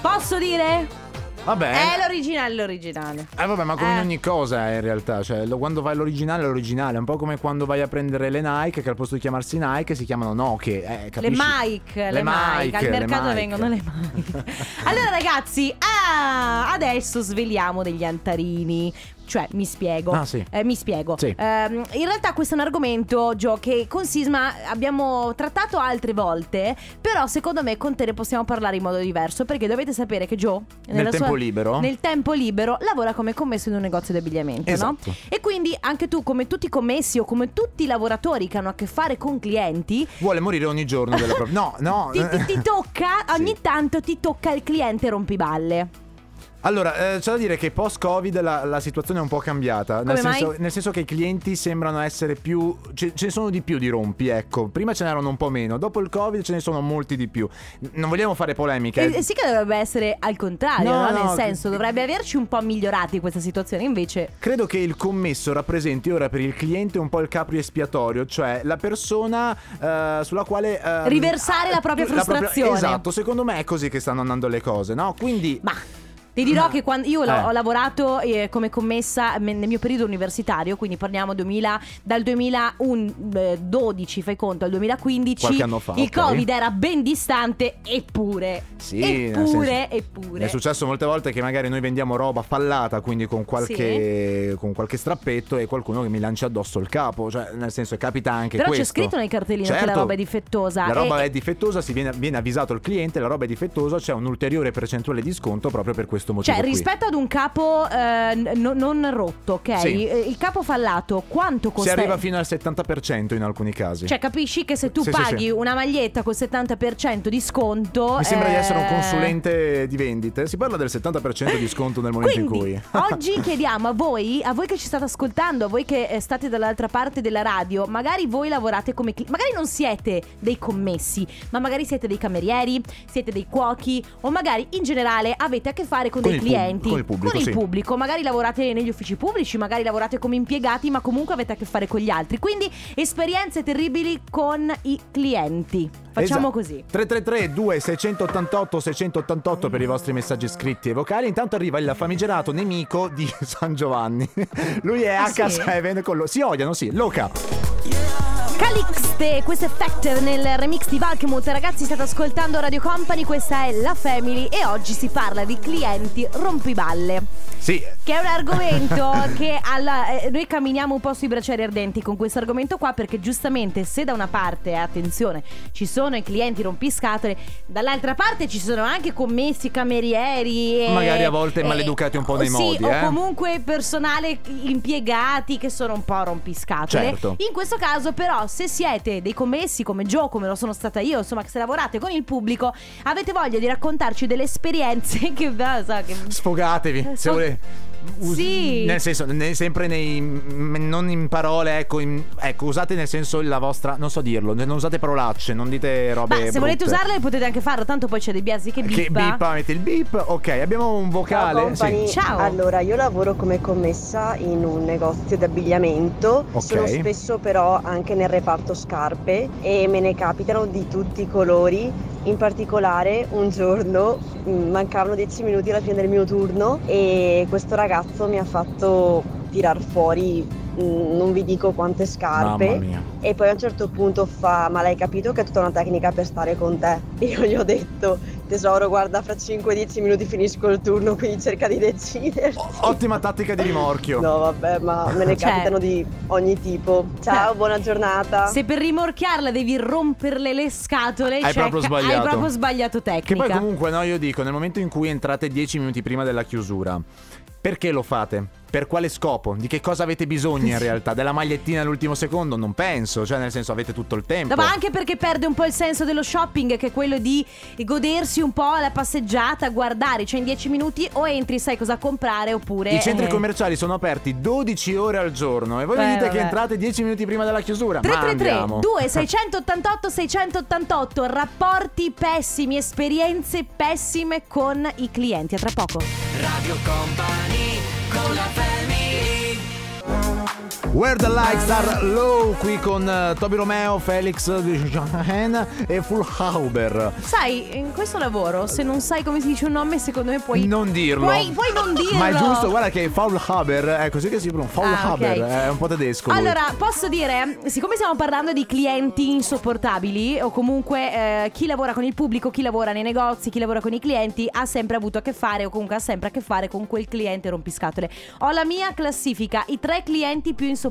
Speaker 1: Posso dire?
Speaker 2: Vabbè.
Speaker 1: È l'originale, l'originale.
Speaker 2: Eh vabbè, ma come
Speaker 1: Eh.
Speaker 2: in ogni cosa eh, in realtà, cioè lo- quando vai all'originale è l'originale, è un po' come quando vai a prendere le Nike che al posto di chiamarsi Nike si chiamano Noche, eh, capisci?
Speaker 1: Le Mike, le, Mike, al mercato vengono le Mike. allora ragazzi, ah, adesso sveliamo degli antarini. Cioè, mi spiego.
Speaker 2: Ah, sì.
Speaker 1: Eh, mi spiego.
Speaker 2: Sì.
Speaker 1: Ehm, in realtà questo è un argomento, Gio, che con Sisma abbiamo trattato altre volte, però secondo me con te ne possiamo parlare in modo diverso, perché dovete sapere che Gio,
Speaker 2: Nel
Speaker 1: nella
Speaker 2: tempo
Speaker 1: sua-
Speaker 2: libero.
Speaker 1: nel tempo libero, lavora come commesso in un negozio di abbigliamento,
Speaker 2: Esatto.
Speaker 1: no? E quindi anche tu, come tutti i commessi o come tutti i lavoratori che hanno a che fare con clienti,
Speaker 2: Vuole morire ogni giorno della propria... No, no. eh.
Speaker 1: ti, ti- ti tocca,
Speaker 2: Sì.
Speaker 1: ogni tanto ti tocca il cliente rompiballe.
Speaker 2: Allora, eh, c'è da dire che post-Covid la, la situazione è un po' cambiata. Nel
Speaker 1: Come mai?
Speaker 2: senso, nel senso che i clienti sembrano essere più. Ce, ce ne sono di più di rompi, ecco. Prima ce n'erano un po' meno, dopo il Covid ce ne sono molti di più. N- Non vogliamo fare eh. polemiche.
Speaker 1: E- e Eh, sì che dovrebbe essere al contrario,
Speaker 2: No,
Speaker 1: no?
Speaker 2: no,
Speaker 1: nel senso dovrebbe averci un po' migliorati questa situazione, invece
Speaker 2: Credo che il commesso rappresenti ora per il cliente un po' il capro espiatorio, cioè la persona eh, sulla quale. eh,
Speaker 1: Riversare la propria frustrazione.
Speaker 2: esatto, secondo me è così che stanno andando le cose, no? Quindi.
Speaker 1: Ma ti dirò
Speaker 2: Ma-
Speaker 1: che quando io l'ho-
Speaker 2: Eh.
Speaker 1: ho lavorato eh, come commessa me- nel mio periodo universitario, quindi parliamo 2000 dal 2012, fai conto, al 2015,
Speaker 2: Qualche anno fa,
Speaker 1: il
Speaker 2: ok.
Speaker 1: Covid era ben distante, eppure,
Speaker 2: Sì, nel
Speaker 1: eppure,
Speaker 2: senso-
Speaker 1: eppure.
Speaker 2: È successo molte volte che magari noi vendiamo roba fallata, quindi con qualche, con qualche strappetto e qualcuno che mi lancia addosso il capo, cioè nel senso capita anche
Speaker 1: Però
Speaker 2: questo.
Speaker 1: c'è scritto nel cartellino
Speaker 2: Certo.
Speaker 1: che la roba è difettosa.
Speaker 2: La
Speaker 1: e-
Speaker 2: roba è difettosa, si viene, viene avvisato il cliente, la roba è difettosa, c'è un'ulteriore percentuale di sconto proprio per questo motivo.
Speaker 1: Cioè,
Speaker 2: qui.
Speaker 1: rispetto ad un capo eh, n- non- non rotto, ok?
Speaker 2: Sì.
Speaker 1: Eh, Il capo fallato, quanto
Speaker 2: Si
Speaker 1: costa?
Speaker 2: arriva fino al 70% in alcuni casi.
Speaker 1: Cioè, capisci che se tu
Speaker 2: Sì, sì,
Speaker 1: paghi
Speaker 2: sì.
Speaker 1: una maglietta col 70% di sconto.
Speaker 2: Mi sembra di essere un
Speaker 1: eh,
Speaker 2: consulente di vendite. Si parla del 70% di sconto nel momento
Speaker 1: Quindi,
Speaker 2: in cui.
Speaker 1: oggi chiediamo a voi, a voi che ci state ascoltando, a voi che eh, state dall'altra parte della radio, magari voi lavorate come cli- magari non siete dei commessi, ma magari siete dei camerieri, siete dei cuochi o magari in generale avete a che fare con,
Speaker 2: Con
Speaker 1: dei
Speaker 2: il pub-
Speaker 1: clienti,
Speaker 2: con il pubblico,
Speaker 1: con il
Speaker 2: sì.
Speaker 1: pubblico, magari lavorate negli uffici pubblici, magari lavorate come impiegati, ma comunque avete a che fare con gli altri. Quindi esperienze terribili con i clienti. Facciamo
Speaker 2: Esatto.
Speaker 1: così.
Speaker 2: 333 2688 688 per i vostri messaggi scritti e vocali. Intanto arriva il famigerato nemico di San Giovanni. Lui è
Speaker 1: Ah,
Speaker 2: H7 con lo... Si odiano, sì, Loca.
Speaker 1: Calixte, questo è Factor nel remix di Valkmut. Ragazzi, state ascoltando Radio Company, questa è La Family e oggi si parla di clienti rompiballe.
Speaker 2: Sì.
Speaker 1: Che è un argomento che alla- eh, noi camminiamo un po' sui braccieri ardenti con questo argomento qua perché giustamente se da una parte, eh, attenzione, ci sono i clienti rompiscatole, dall'altra parte ci sono anche commessi, camerieri e-
Speaker 2: Magari a volte
Speaker 1: e-
Speaker 2: maleducati un po' nei
Speaker 1: sì,
Speaker 2: modi,
Speaker 1: o
Speaker 2: eh.
Speaker 1: comunque personale impiegati che sono un po' rompiscatole.
Speaker 2: Certo.
Speaker 1: In questo caso, però, se siete dei commessi come Gio, come lo sono stata io, insomma, che se lavorate con il pubblico, avete voglia di raccontarci delle esperienze che, non so, che
Speaker 2: Sfogatevi, se
Speaker 1: Sfog-
Speaker 2: volete. Us-
Speaker 1: Eh, Sì.
Speaker 2: Nel senso, ne- sempre nei. m- non in parole, ecco, in- ecco, usate nel senso la vostra. Non so dirlo, non usate parolacce, non dite robe.
Speaker 1: Ma se
Speaker 2: brutte.
Speaker 1: volete usarle potete anche farlo, tanto poi c'è dei biasi che
Speaker 2: Che
Speaker 1: bippa.
Speaker 2: bippa, metti il bip. Ok, abbiamo un vocale. Sì.
Speaker 8: company.
Speaker 1: Ciao.
Speaker 8: Allora, io lavoro come commessa in un negozio di abbigliamento,
Speaker 2: Ok.
Speaker 8: sono spesso però anche nel reparto scarpe e me ne capitano di tutti i colori. In particolare un giorno mh, mancavano 10 minuti alla fine del mio turno e questo ragazzo mi ha fatto tirar fuori mh, non vi dico quante scarpe
Speaker 2: Mamma mia.
Speaker 8: e poi a un certo punto fa: Ma l'hai capito che è tutta una tecnica per stare con te? Io gli ho detto: Tesoro, guarda, fra 5-10 minuti finisco il turno, quindi cerca di decidere.
Speaker 2: O- Ottima tattica di rimorchio.
Speaker 8: No, vabbè, ma me ne
Speaker 1: Cioè-
Speaker 8: capitano di ogni tipo. Ciao, buona giornata.
Speaker 1: Se per rimorchiarla devi romperle le scatole,
Speaker 2: Hai
Speaker 1: cioè,
Speaker 2: proprio sbagliato.
Speaker 1: Hai proprio sbagliato
Speaker 2: Che
Speaker 1: tecnica.
Speaker 2: poi comunque no, io dico, nel momento in cui entrate 10 minuti prima della chiusura, perché lo fate? Per quale scopo? Di che cosa avete bisogno in realtà? Della magliettina all'ultimo secondo? Non penso, cioè nel senso avete tutto il tempo.
Speaker 1: No, ma anche perché perde un po' il senso dello shopping, che è quello di godersi un po' la passeggiata, guardare, cioè in 10 minuti o entri, sai cosa comprare oppure...
Speaker 2: I centri
Speaker 1: eh.
Speaker 2: commerciali sono aperti 12 ore al giorno e voi
Speaker 1: Beh,
Speaker 2: mi dite che
Speaker 1: vabbè.
Speaker 2: entrate 10 minuti prima della chiusura. Ma
Speaker 1: 333
Speaker 2: andiamo.
Speaker 1: 2688 688 rapporti pessimi, esperienze pessime con i clienti. A tra poco.
Speaker 3: Radio Company con la family
Speaker 2: Where the lights are low qui con eh, Toby Romeo, Felix Jean e Fullhauber.
Speaker 1: Sai, in questo lavoro, se non sai come si dice un nome, secondo me puoi.
Speaker 2: Non dirlo.
Speaker 1: Puoi, puoi non dirlo.
Speaker 2: Ma è giusto, guarda che Faulhaber è così che si pronuncia.
Speaker 1: Ah, ok.
Speaker 2: Faulhaber è un po' tedesco. lui.
Speaker 1: Allora, posso dire, siccome stiamo parlando di clienti insopportabili, o comunque eh, chi lavora con il pubblico, chi lavora nei negozi, chi lavora con i clienti, ha sempre avuto a che fare, o comunque ha sempre a che fare con quel cliente rompiscatole. Ho la mia classifica, i tre clienti più insopportabili.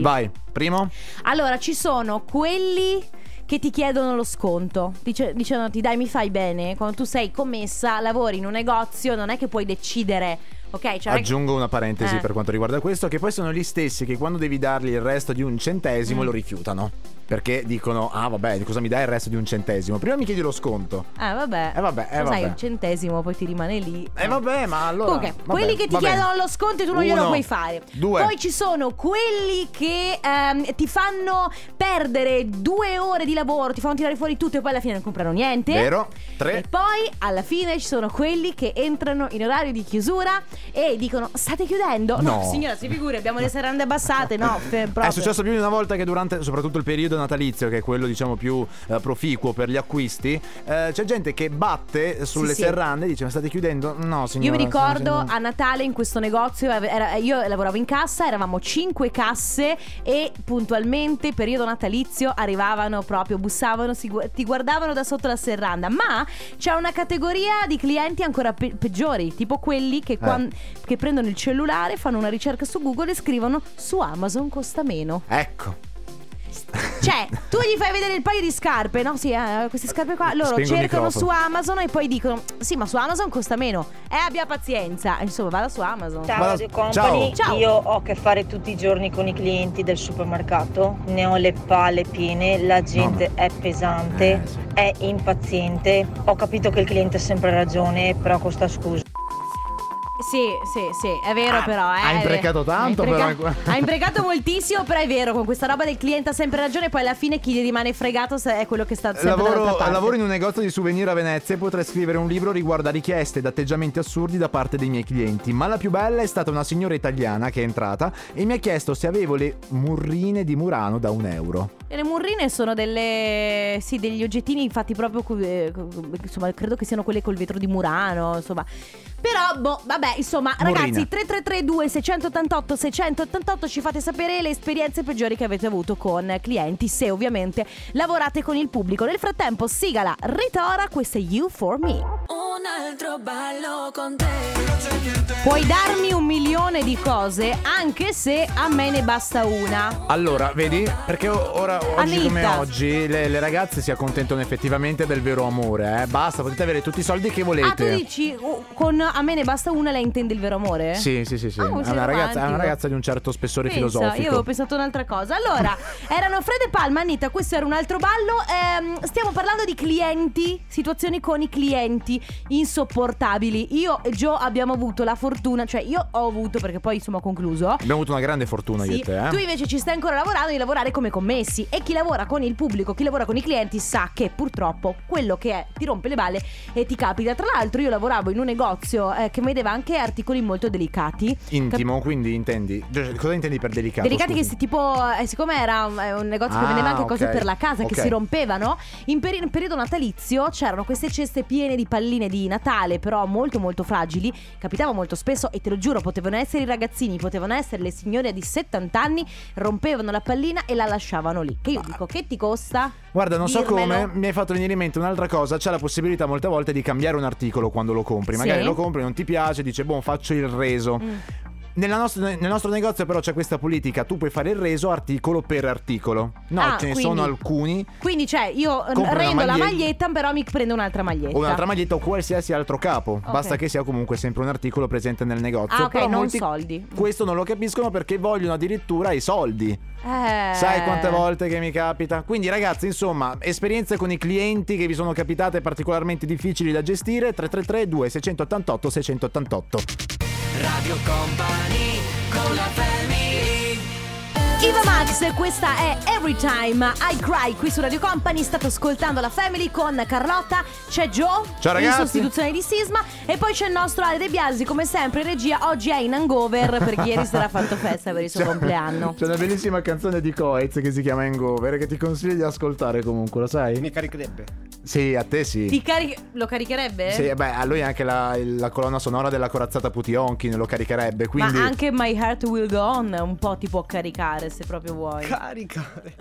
Speaker 2: Vai, primo?
Speaker 1: Allora, ci sono quelli che ti chiedono lo sconto, dice- dicendoti dai mi fai bene, quando tu sei commessa, lavori in un negozio, non è che puoi decidere, ok? Cioè, non è che-
Speaker 2: Aggiungo una parentesi
Speaker 1: Eh.
Speaker 2: per quanto riguarda questo, che poi sono gli stessi che quando devi dargli il resto di un centesimo
Speaker 1: Mm.
Speaker 2: lo rifiutano. Perché dicono, ah vabbè, cosa mi dai il resto di un centesimo? Prima mi chiedi lo sconto.
Speaker 1: Ah vabbè.
Speaker 2: Eh, vabbè, eh,
Speaker 1: Lo Sai,
Speaker 2: vabbè.
Speaker 1: il centesimo poi ti rimane lì.
Speaker 2: E Eh, vabbè, ma allora...
Speaker 1: Eh. Comunque,
Speaker 2: vabbè,
Speaker 1: quelli che ti
Speaker 2: vabbè.
Speaker 1: chiedono lo sconto e tu non glielo
Speaker 2: Uno,
Speaker 1: puoi fare.
Speaker 2: Due.
Speaker 1: Poi ci sono quelli che ehm, ti fanno perdere due ore di lavoro, ti fanno tirare fuori tutto e poi alla fine non comprano niente.
Speaker 2: Vero?
Speaker 1: E
Speaker 2: Tre.
Speaker 1: poi alla fine ci sono quelli che entrano in orario di chiusura e dicono state chiudendo.
Speaker 2: No. Eh,
Speaker 1: signora, si figuri, abbiamo le serrande abbassate. No, fe- proprio.
Speaker 2: È successo più di una volta che durante soprattutto il periodo natalizio, che è quello diciamo più eh, proficuo per gli acquisti, eh, c'è gente che batte sulle
Speaker 1: Sì, sì.
Speaker 2: serrande e dice ma state chiudendo? No signora.
Speaker 1: Io mi
Speaker 2: stiamo
Speaker 1: ricordo
Speaker 2: facendo-
Speaker 1: a Natale in questo negozio, ave- era- io lavoravo in cassa, eravamo cinque casse e puntualmente, periodo natalizio, arrivavano proprio, bussavano, si gu- ti guardavano da sotto la serranda. Ma c'è una categoria di clienti ancora pe- peggiori, tipo quelli che, quan-
Speaker 2: Eh.
Speaker 1: che prendono il cellulare, fanno una ricerca su Google e scrivono su Amazon costa meno.
Speaker 2: Ecco.
Speaker 1: Cioè, tu gli fai vedere il paio di scarpe, no? Sì, eh, queste scarpe qua. Loro
Speaker 2: Spengo il
Speaker 1: cercano su
Speaker 2: microfono.
Speaker 1: Amazon e poi dicono: Sì, ma su Amazon costa meno. Eh, abbia pazienza. Insomma, vada su Amazon.
Speaker 2: Ma-
Speaker 9: Ciao Radio Company,
Speaker 1: ciao. Ciao.
Speaker 9: io ho a che fare tutti i giorni con i clienti del supermercato, ne ho le palle piene, la gente è pesante,
Speaker 2: Eh, sì.
Speaker 9: è impaziente, ho capito che il cliente ha sempre ragione, però costa scusa.
Speaker 1: Sì, sì, sì, è vero
Speaker 2: Ah,
Speaker 1: però. Eh,
Speaker 2: ha imprecato
Speaker 1: è vero.
Speaker 2: tanto,
Speaker 1: ha impreca-
Speaker 2: però, eh.
Speaker 1: Ha imprecato moltissimo, però è vero, con questa roba del cliente ha sempre ragione, poi alla fine chi gli rimane fregato se- è quello che sta sempre dall'altra
Speaker 2: Lavoro,
Speaker 1: parte.
Speaker 2: lavoro in un negozio di souvenir a Venezia e potrei scrivere un libro riguardo a richieste ed atteggiamenti assurdi da parte dei miei clienti. Ma la più bella è stata una signora italiana che è entrata e mi ha chiesto se avevo le murrine di Murano da un euro.
Speaker 1: E Le murrine sono delle. Sì, degli oggettini fatti proprio. co- eh, co- Insomma, credo che siano quelle col vetro di Murano. Insomma. Però, boh, vabbè, insomma,
Speaker 2: Murrina.
Speaker 1: ragazzi, 3332 688 688 ci fate sapere le esperienze peggiori che avete avuto con clienti, se ovviamente lavorate con il pubblico. Nel frattempo, sigala, ritora, questo è You for Me.
Speaker 7: Un altro ballo con te.
Speaker 1: Puoi darmi un milione di cose, anche se a me ne basta una.
Speaker 2: Allora, vedi? Perché o- ora, oggi come
Speaker 1: Anita.
Speaker 2: oggi, le, le ragazze si accontentano effettivamente del vero amore, eh? Basta, potete avere tutti i soldi che volete.
Speaker 1: Ah, tu dici, oh, con a me ne basta una, lei intende il vero amore?
Speaker 2: Sì, sì, sì, sì.
Speaker 1: Ah,
Speaker 2: è,
Speaker 1: un
Speaker 2: una ragazza, è
Speaker 1: romantico.
Speaker 2: una ragazza di un certo spessore
Speaker 1: Pensa,
Speaker 2: filosofico.
Speaker 1: Io avevo pensato un'altra cosa. Allora, erano Fred e Palma, Anita, questo era un altro ballo. Ehm, stiamo parlando di clienti, situazioni con i clienti insopportabili. Io e Gio abbiamo avuto la fortuna, cioè io ho avuto, perché poi insomma ho concluso.
Speaker 2: Abbiamo avuto una grande fortuna io
Speaker 1: Sì,
Speaker 2: e te, eh?
Speaker 1: Tu invece ci stai ancora lavorando di lavorare come commessi e chi lavora con il pubblico, chi lavora con i clienti sa che purtroppo quello che è ti rompe le balle e ti capita. Tra l'altro io lavoravo in un negozio eh, che vedeva anche articoli molto delicati
Speaker 2: Intimo, quindi intendi. cioè, Cosa intendi per delicato?
Speaker 1: Delicati che
Speaker 2: scusa?
Speaker 1: si tipo, eh, siccome era un, eh, un negozio che
Speaker 2: Ah,
Speaker 1: vendeva anche cose
Speaker 2: ok.
Speaker 1: per la casa che
Speaker 2: Ok.
Speaker 1: si rompevano, in, peri- in periodo natalizio c'erano queste ceste piene di palline di Natale, però molto molto fragili, capitava molto spesso e te lo giuro, potevano essere i ragazzini, potevano essere le signore di 70 anni, rompevano la pallina e la lasciavano lì. Che io dico, che ti costa?
Speaker 2: Guarda, non so
Speaker 1: Dirmelo.
Speaker 2: come, mi hai fatto venire in mente un'altra cosa. C'è la possibilità molte volte di cambiare un articolo quando lo compri. Magari
Speaker 1: Sì.
Speaker 2: lo compri, non ti piace, dice, boh, faccio il reso.
Speaker 1: Mm.
Speaker 2: Nella nostra- nel nostro negozio però c'è questa politica, tu puoi fare il reso articolo per articolo. No,
Speaker 1: Ah,
Speaker 2: ce ne
Speaker 1: quindi-
Speaker 2: sono alcuni.
Speaker 1: Quindi cioè io eh,
Speaker 2: Compri una
Speaker 1: rendo la
Speaker 2: maglietta-
Speaker 1: maglietta, però mi prendo un'altra maglietta.
Speaker 2: O un'altra maglietta o qualsiasi altro capo. Basta che sia comunque sempre un articolo presente nel negozio.
Speaker 1: Ah, ok,
Speaker 2: Però
Speaker 1: non
Speaker 2: molti
Speaker 1: soldi.
Speaker 2: Questo non lo capiscono perché vogliono addirittura i soldi.
Speaker 1: Eh.
Speaker 2: Sai quante volte che mi capita? Quindi ragazzi, insomma, esperienze con i clienti che vi sono capitate particolarmente difficili da gestire, 333 2688 688.
Speaker 3: Radio Company con la family
Speaker 1: Iva Max Max, questa è Every Time I Cry qui su Radio Company. State ascoltando la Family con Carlotta, c'è Joe
Speaker 2: Ciao,
Speaker 1: in
Speaker 2: ragazzi.
Speaker 1: sostituzione di Sisma e poi c'è il nostro Ale De Biasi come sempre in regia. Oggi è in hangover perché ieri sera ha fatto festa per il suo
Speaker 2: C'è-
Speaker 1: compleanno.
Speaker 2: C'è una bellissima canzone di Coez che si chiama Hangover che ti consiglio di ascoltare comunque, lo sai?
Speaker 5: Mi caricherebbe.
Speaker 2: Sì, a te sì.
Speaker 1: Ti carichi- lo caricherebbe?
Speaker 2: Sì, beh, a lui anche la, la colonna sonora della corazzata Putionkin lo caricherebbe, quindi...
Speaker 1: Ma anche My Heart Will Go On un po' ti può caricare se proprio vuoi.
Speaker 5: Caricare.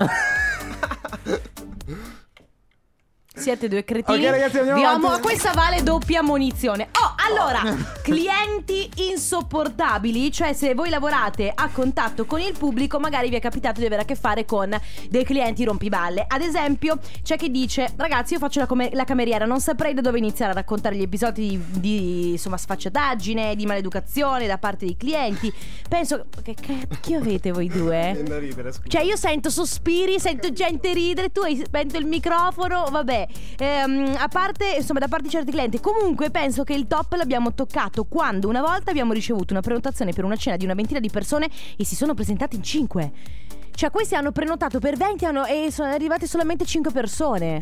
Speaker 1: Siete due cretini.
Speaker 2: Ok, ragazzi, andiamo
Speaker 1: Vi
Speaker 2: avanti.
Speaker 1: amo- Ah, Questa vale doppia munizione. Oh, allora, clienti insopportabili, cioè se voi lavorate a contatto con il pubblico, magari vi è capitato di avere a che fare con dei clienti rompiballe. Ad esempio, c'è chi dice: Ragazzi, io faccio la, come- la cameriera, non saprei da dove iniziare a raccontare gli episodi di, di, insomma sfacciataggine, di maleducazione da parte dei clienti. Penso. Che cacchio avete voi due?
Speaker 5: Viene da ridere, scusa.
Speaker 1: Cioè io sento sospiri, sento gente ridere, tu hai spento il microfono, vabbè. Ehm, a parte, insomma, da parte di certi clienti. Comunque penso che il top l'abbiamo toccato quando una volta abbiamo ricevuto una prenotazione per una cena di una ventina di persone e si sono presentate in 5. Cioè questi hanno prenotato per 20 hanno- e sono arrivate solamente 5 persone.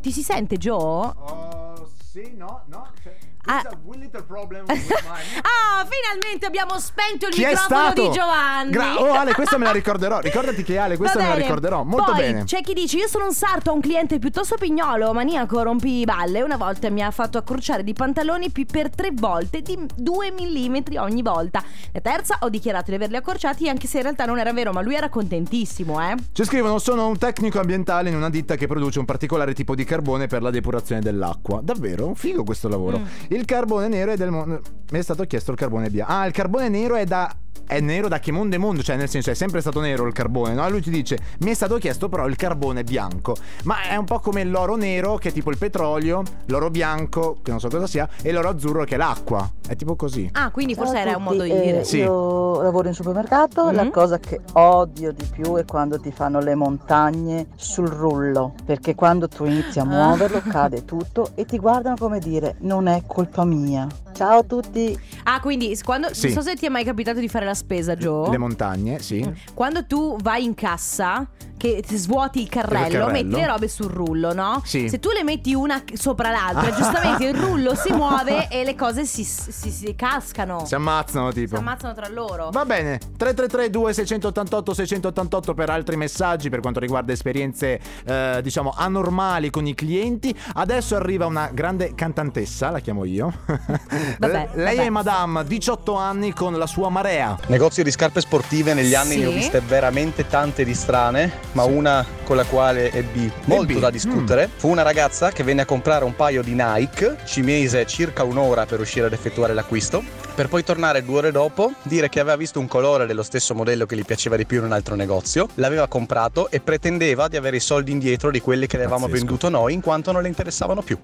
Speaker 1: Ti si sente Joe?
Speaker 2: Oh, sì, no, no. Cioè,
Speaker 1: Ah.
Speaker 2: a little problem
Speaker 1: ah, finalmente abbiamo spento il
Speaker 2: Chi è
Speaker 1: microfono
Speaker 2: stato?
Speaker 1: di Giovanni.
Speaker 2: Gra- oh, Ale, questa me la ricorderò. Ricordati che Ale, questa
Speaker 1: Va
Speaker 2: me la
Speaker 1: bene.
Speaker 2: ricorderò. Molto
Speaker 1: Poi,
Speaker 2: bene.
Speaker 1: C'è chi dice: Io sono un sarto, ho un cliente piuttosto pignolo, maniaco, rompi balle. Una volta mi ha fatto accorciare di pantaloni pi- per tre volte, di 2 mm ogni volta. La terza ho dichiarato di averli accorciati, anche se in realtà non era vero, ma lui era contentissimo, eh.
Speaker 2: Ci scrivono: Sono un tecnico ambientale in una ditta che produce un particolare tipo di carbone per la depurazione dell'acqua. Davvero? Un figo questo lavoro.
Speaker 10: Mm.
Speaker 2: Il carbone nero è del. mo- Mi è stato chiesto il carbone via. Ah, il carbone nero è da. È nero da che mondo è mondo, cioè nel senso è sempre stato nero il carbone, no? E lui ti dice: Mi è stato chiesto però il carbone bianco. Ma è un po' come l'oro nero, che è tipo il petrolio, l'oro bianco, che non so cosa sia, e l'oro azzurro, che è l'acqua. È tipo così.
Speaker 1: Ah, quindi
Speaker 10: Ciao
Speaker 1: forse
Speaker 10: a
Speaker 1: era un
Speaker 10: tutti,
Speaker 1: modo di
Speaker 10: eh,
Speaker 1: dire.
Speaker 2: Sì.
Speaker 10: Io lavoro in supermercato,
Speaker 1: Mhm.
Speaker 10: la cosa che odio di più è quando ti fanno le montagne sul rullo, perché quando tu inizi a muoverlo cade tutto e ti guardano come dire non è colpa mia. Ciao a tutti!
Speaker 1: Ah, quindi quando.
Speaker 2: Sì.
Speaker 1: Non so se ti è mai capitato di fare la spesa, Joe.
Speaker 2: Le montagne, sì.
Speaker 10: Mm.
Speaker 1: Quando tu vai in cassa, che ti svuoti il carrello,
Speaker 2: Il carrello.
Speaker 1: metti le robe sul rullo, no?
Speaker 2: Sì.
Speaker 1: Se tu le metti una sopra l'altra, giustamente il rullo si muove e le cose si, si- si cascano.
Speaker 2: Si ammazzano, tipo.
Speaker 1: Si ammazzano tra loro.
Speaker 2: Va bene, 333 688 688 per altri messaggi per quanto riguarda esperienze eh, diciamo anormali con i clienti. Adesso arriva una grande cantantessa, la chiamo io.
Speaker 1: Vabbè,
Speaker 2: L- Lei
Speaker 1: vabbè.
Speaker 2: è Madame, 18 anni con la sua marea.
Speaker 3: Negozi di scarpe sportive negli anni
Speaker 1: Sì.
Speaker 3: ne ho viste veramente tante di strane, ma una con la quale ebbi molto
Speaker 2: Ebbi,
Speaker 3: da discutere. Fu una ragazza che venne a comprare un paio di Nike, ci mise circa un'ora per riuscire ad effettuare l'acquisto, per poi tornare due ore dopo, dire che aveva visto un colore dello stesso modello che gli piaceva di più in un altro negozio, l'aveva comprato e pretendeva di avere i soldi indietro di quelli che le avevamo
Speaker 2: Pazzesco.
Speaker 3: venduto noi in quanto non le interessavano più.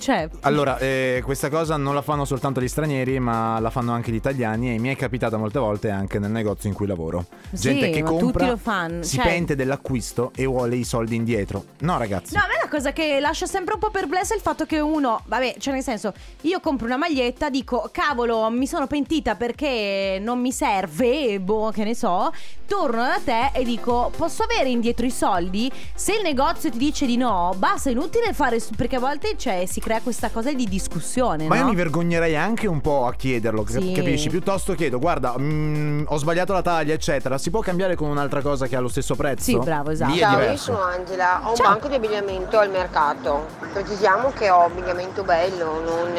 Speaker 1: Cioè,
Speaker 2: Allora, eh, questa cosa non la fanno soltanto gli stranieri, ma la fanno anche gli italiani e mi è capitata molte volte anche nel negozio in cui lavoro.
Speaker 1: Sì,
Speaker 2: Gente che
Speaker 1: ma
Speaker 2: compra,
Speaker 1: tutti lo fanno,
Speaker 2: si
Speaker 1: cioè-
Speaker 2: pente dell'acquisto e vuole i soldi indietro. No, ragazzi.
Speaker 1: No, a me la cosa che lascia sempre un po' perplessa è il fatto che uno, vabbè, cioè nel senso, io compro una maglietta, dico, cavolo, mi sono pentita perché non mi serve, boh, che ne so, torno da te e dico, posso avere indietro i soldi? Se il negozio ti dice di no, basta, è inutile fare, su- perché a volte cioè, si crea questa cosa di discussione,
Speaker 2: Ma
Speaker 1: no?
Speaker 2: io mi vergognerei anche un po' a chiederlo, cap-
Speaker 1: Sì.
Speaker 2: capisci? Piuttosto chiedo, guarda, mm, ho sbagliato la taglia, eccetera. Si può cambiare con un'altra cosa che ha lo stesso prezzo?
Speaker 1: Sì, bravo, esatto.
Speaker 2: Lì è
Speaker 6: Ciao, io
Speaker 2: diverso.
Speaker 6: sono Angela, ho un
Speaker 1: Ciao.
Speaker 6: banco di abbigliamento al mercato. Precisiamo che ho abbigliamento bello, non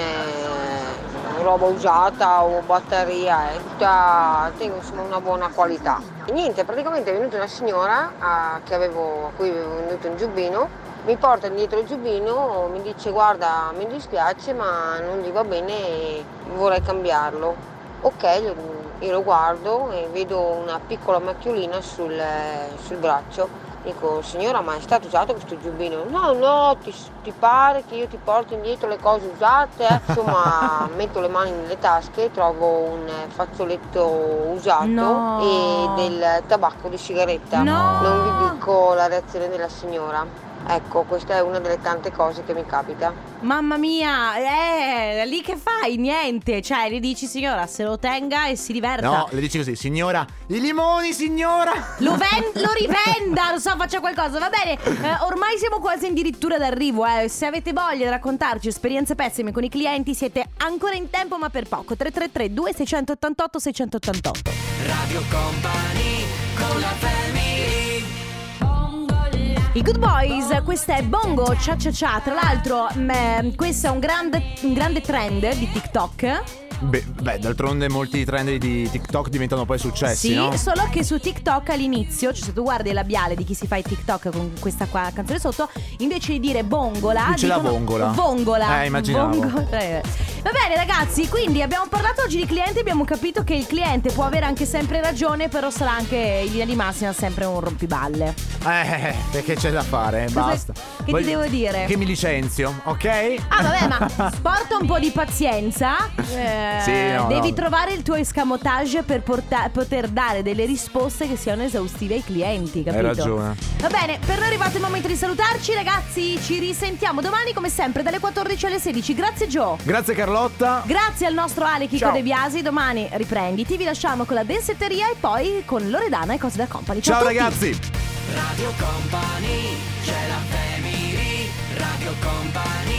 Speaker 6: è roba usata o batteria, è eh, tutta tengo insomma una buona qualità. E niente, praticamente è venuta una signora a, che avevo- a cui avevo venduto un giubbino, mi porta indietro il giubbino, mi dice guarda mi dispiace ma non gli va bene e vorrei cambiarlo. Ok, io, io lo guardo e vedo una piccola macchiolina sul, eh, sul braccio. Dico, signora, ma è stato usato questo giubbino? No, no, ti, ti pare che io ti porto indietro le cose usate? eh?" Insomma, metto le mani nelle tasche, trovo un eh, fazzoletto usato
Speaker 1: No.
Speaker 6: e del tabacco di sigaretta.
Speaker 1: No.
Speaker 6: Non vi dico la reazione della signora.
Speaker 11: Ecco, questa è una delle tante cose che mi capita.
Speaker 1: Mamma mia, eh, lì che fai? Niente, cioè gli dici signora se lo tenga e si diverta.
Speaker 2: No, le dici così, signora, i limoni, signora!
Speaker 1: Lo, ven- lo rivenda, lo so, faccia qualcosa, va bene. eh, ormai siamo quasi addirittura d'arrivo. Eh. Se avete voglia di raccontarci esperienze pessime con i clienti, siete ancora in tempo, ma per poco. 333 2688 688
Speaker 3: Radio Company con la family
Speaker 1: I Good Boys, questa è Bongo Cia Cia Cia. Tra l'altro, mm, eh, questo è un grande, un grande trend di TikTok.
Speaker 2: Beh, beh, d'altronde molti trend di TikTok diventano poi successi,
Speaker 1: sì,
Speaker 2: no?
Speaker 1: solo che su TikTok all'inizio, cioè se tu guardi il labiale di chi si fa il TikTok con questa qua canzone sotto, invece di dire bongola,
Speaker 2: Dice la
Speaker 1: dicono
Speaker 2: vongola.
Speaker 1: Vongola.
Speaker 2: Eh, immaginavo.
Speaker 1: Vongo- eh. Va bene, ragazzi, quindi abbiamo parlato oggi di clienti, abbiamo capito che il cliente può avere anche sempre ragione, però sarà anche in linea di massima sempre un rompiballe.
Speaker 2: Eh, perché c'è da fare, basta.
Speaker 1: che ti devo dire?
Speaker 2: Che mi licenzio, ok?
Speaker 1: Ah, vabbè, ma porta un po' di pazienza. eh,
Speaker 2: Sì, no,
Speaker 1: devi
Speaker 2: no.
Speaker 1: trovare il tuo escamotage per porta- poter dare delle risposte che siano esaustive ai clienti, capito?
Speaker 2: Hai ragione.
Speaker 1: Va bene, per noi è arrivato il momento di salutarci, ragazzi. Ci risentiamo domani, come sempre, dalle 14 alle 16. Grazie, Gio.
Speaker 2: Grazie Carlotta.
Speaker 1: Grazie al nostro Ale Chico
Speaker 2: Ciao.
Speaker 1: De Biasi. Domani riprenditi. Vi lasciamo con la densetteria e poi con Loredana e cose da company.
Speaker 2: Ciao
Speaker 1: a tutti.
Speaker 2: ragazzi.
Speaker 3: Radio Company, c'è la family Radio Company